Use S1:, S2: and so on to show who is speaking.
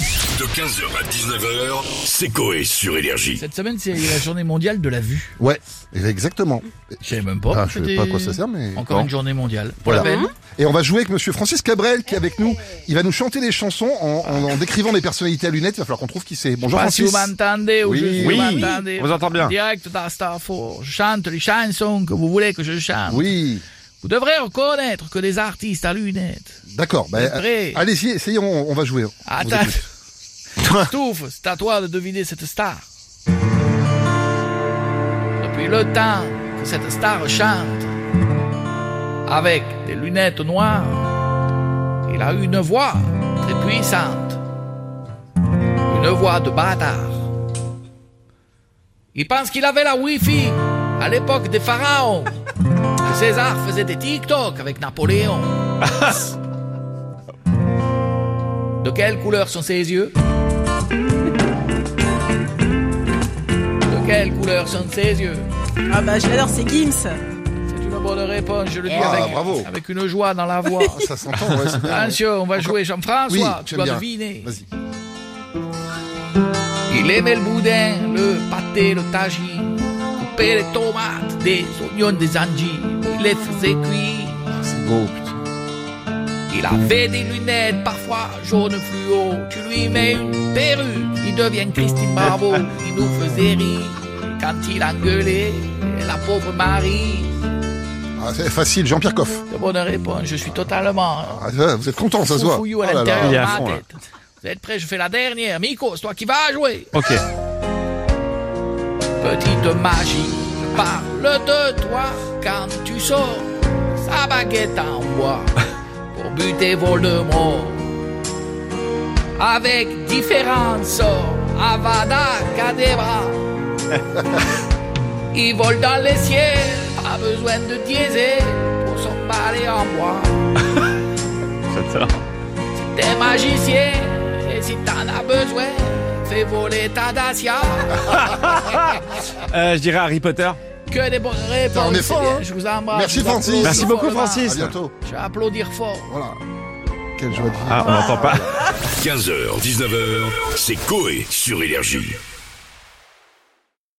S1: De 15h à 19h, c'est Coé sur Énergie.
S2: Cette semaine, c'est la journée mondiale de la vue.
S3: Ouais, exactement.
S2: Je savais même pas.
S3: Ah, je sais pas à quoi ça
S2: Oh. C'était
S3: sert, mais.
S2: Encore une journée mondiale. Pour
S3: Voilà.
S2: la peine.
S3: Et on va jouer avec monsieur Francis Cabrel qui est avec nous. Il va nous chanter des chansons en, en- en décrivant des personnalités à lunettes. Il va falloir qu'on trouve qui c'est. Bonjour
S2: Pas si
S3: Francis.
S2: vous m'entendez ou
S3: Oui.
S2: je si
S3: Oui,
S2: vous m'entendez.
S4: on vous entend bien.
S2: Direct dans Starfort. Je chante les chansons que vous voulez que je chante.
S3: Oui,
S2: Vous devrez reconnaître que des artistes à lunettes.
S3: d'accord. Bah,
S2: Prêt.
S3: euh, Allez-y, essayez, on, on va jouer. hein. On vous
S2: Attends.
S3: écoute.
S2: Touffe, c'est à toi de deviner cette star. Depuis le temps que cette star chante, avec des lunettes noires, il a une voix très puissante, une voix de bâtard. Il pense qu'il avait la Wi-Fi à l'époque des pharaons, que César faisait des TikTok avec Napoléon. De quelle couleur sont ses yeux De quelle couleur sont ses yeux
S5: Ah bah je l'adore, c'est Gims.
S2: C'est une bonne réponse, je le dis
S3: Ah,
S2: avec,
S3: bravo.
S2: avec une joie dans la voix.
S3: Ah, Ça s'entend, ouais, c'est bien.
S2: Attention, on va jouer
S3: Oui,
S2: Jean-François, tu
S3: j'aime
S2: vas
S3: bien.
S2: deviner.
S3: Vas-y.
S2: Il aimait le boudin, le pâté, le tagine, couper les tomates, des oignons, des angies, il les faisait cuire.
S3: Ah, C'est beau, putain.
S2: Il avait des lunettes, parfois jaune fluo. Tu lui mets une perruque, il devient Christine Bravo. Il nous faisait rire quand il engueulait la pauvre Marie.
S3: Ah, c'est facile, Jean-Pierre Coff.
S2: De bonne réponse, je suis totalement
S3: Ah, ça, vous êtes content, ça se voit.
S2: fouillou à
S3: Oh là là.
S2: l'intérieur
S4: Il est à
S2: de
S4: fond,
S2: ma
S4: là.
S2: tête. Vous êtes prêts, je fais la dernière. Miko, c'est toi qui vas jouer.
S4: Ok.
S2: Petite magie, je parle de toi quand tu sors sa baguette en bois pour buter Voldemort. Avec différents sorts, Avada Kedavra. Il vole dans les ciels, pas besoin de diesel pour s'emballer en bois. T'es magicien, et si t'en as besoin, fais voler ta Dacia.
S4: Euh, je dirais Harry Potter.
S2: Que des bonnes réponses.
S3: Putain, on est fort,
S2: C'est bien.
S3: hein.
S2: Je vous embrasse.
S3: Merci,
S2: Je vous
S3: Francis.
S2: applaudis
S4: Merci
S2: fort
S4: beaucoup,
S2: le matin.
S3: À
S4: Francis.
S3: bientôt.
S2: Je vais applaudir fort.
S3: Voilà. Quelle joie de vivre.
S4: Ah, on n'entend pas.
S1: 15h, 19h, c'est Coé sur Énergie.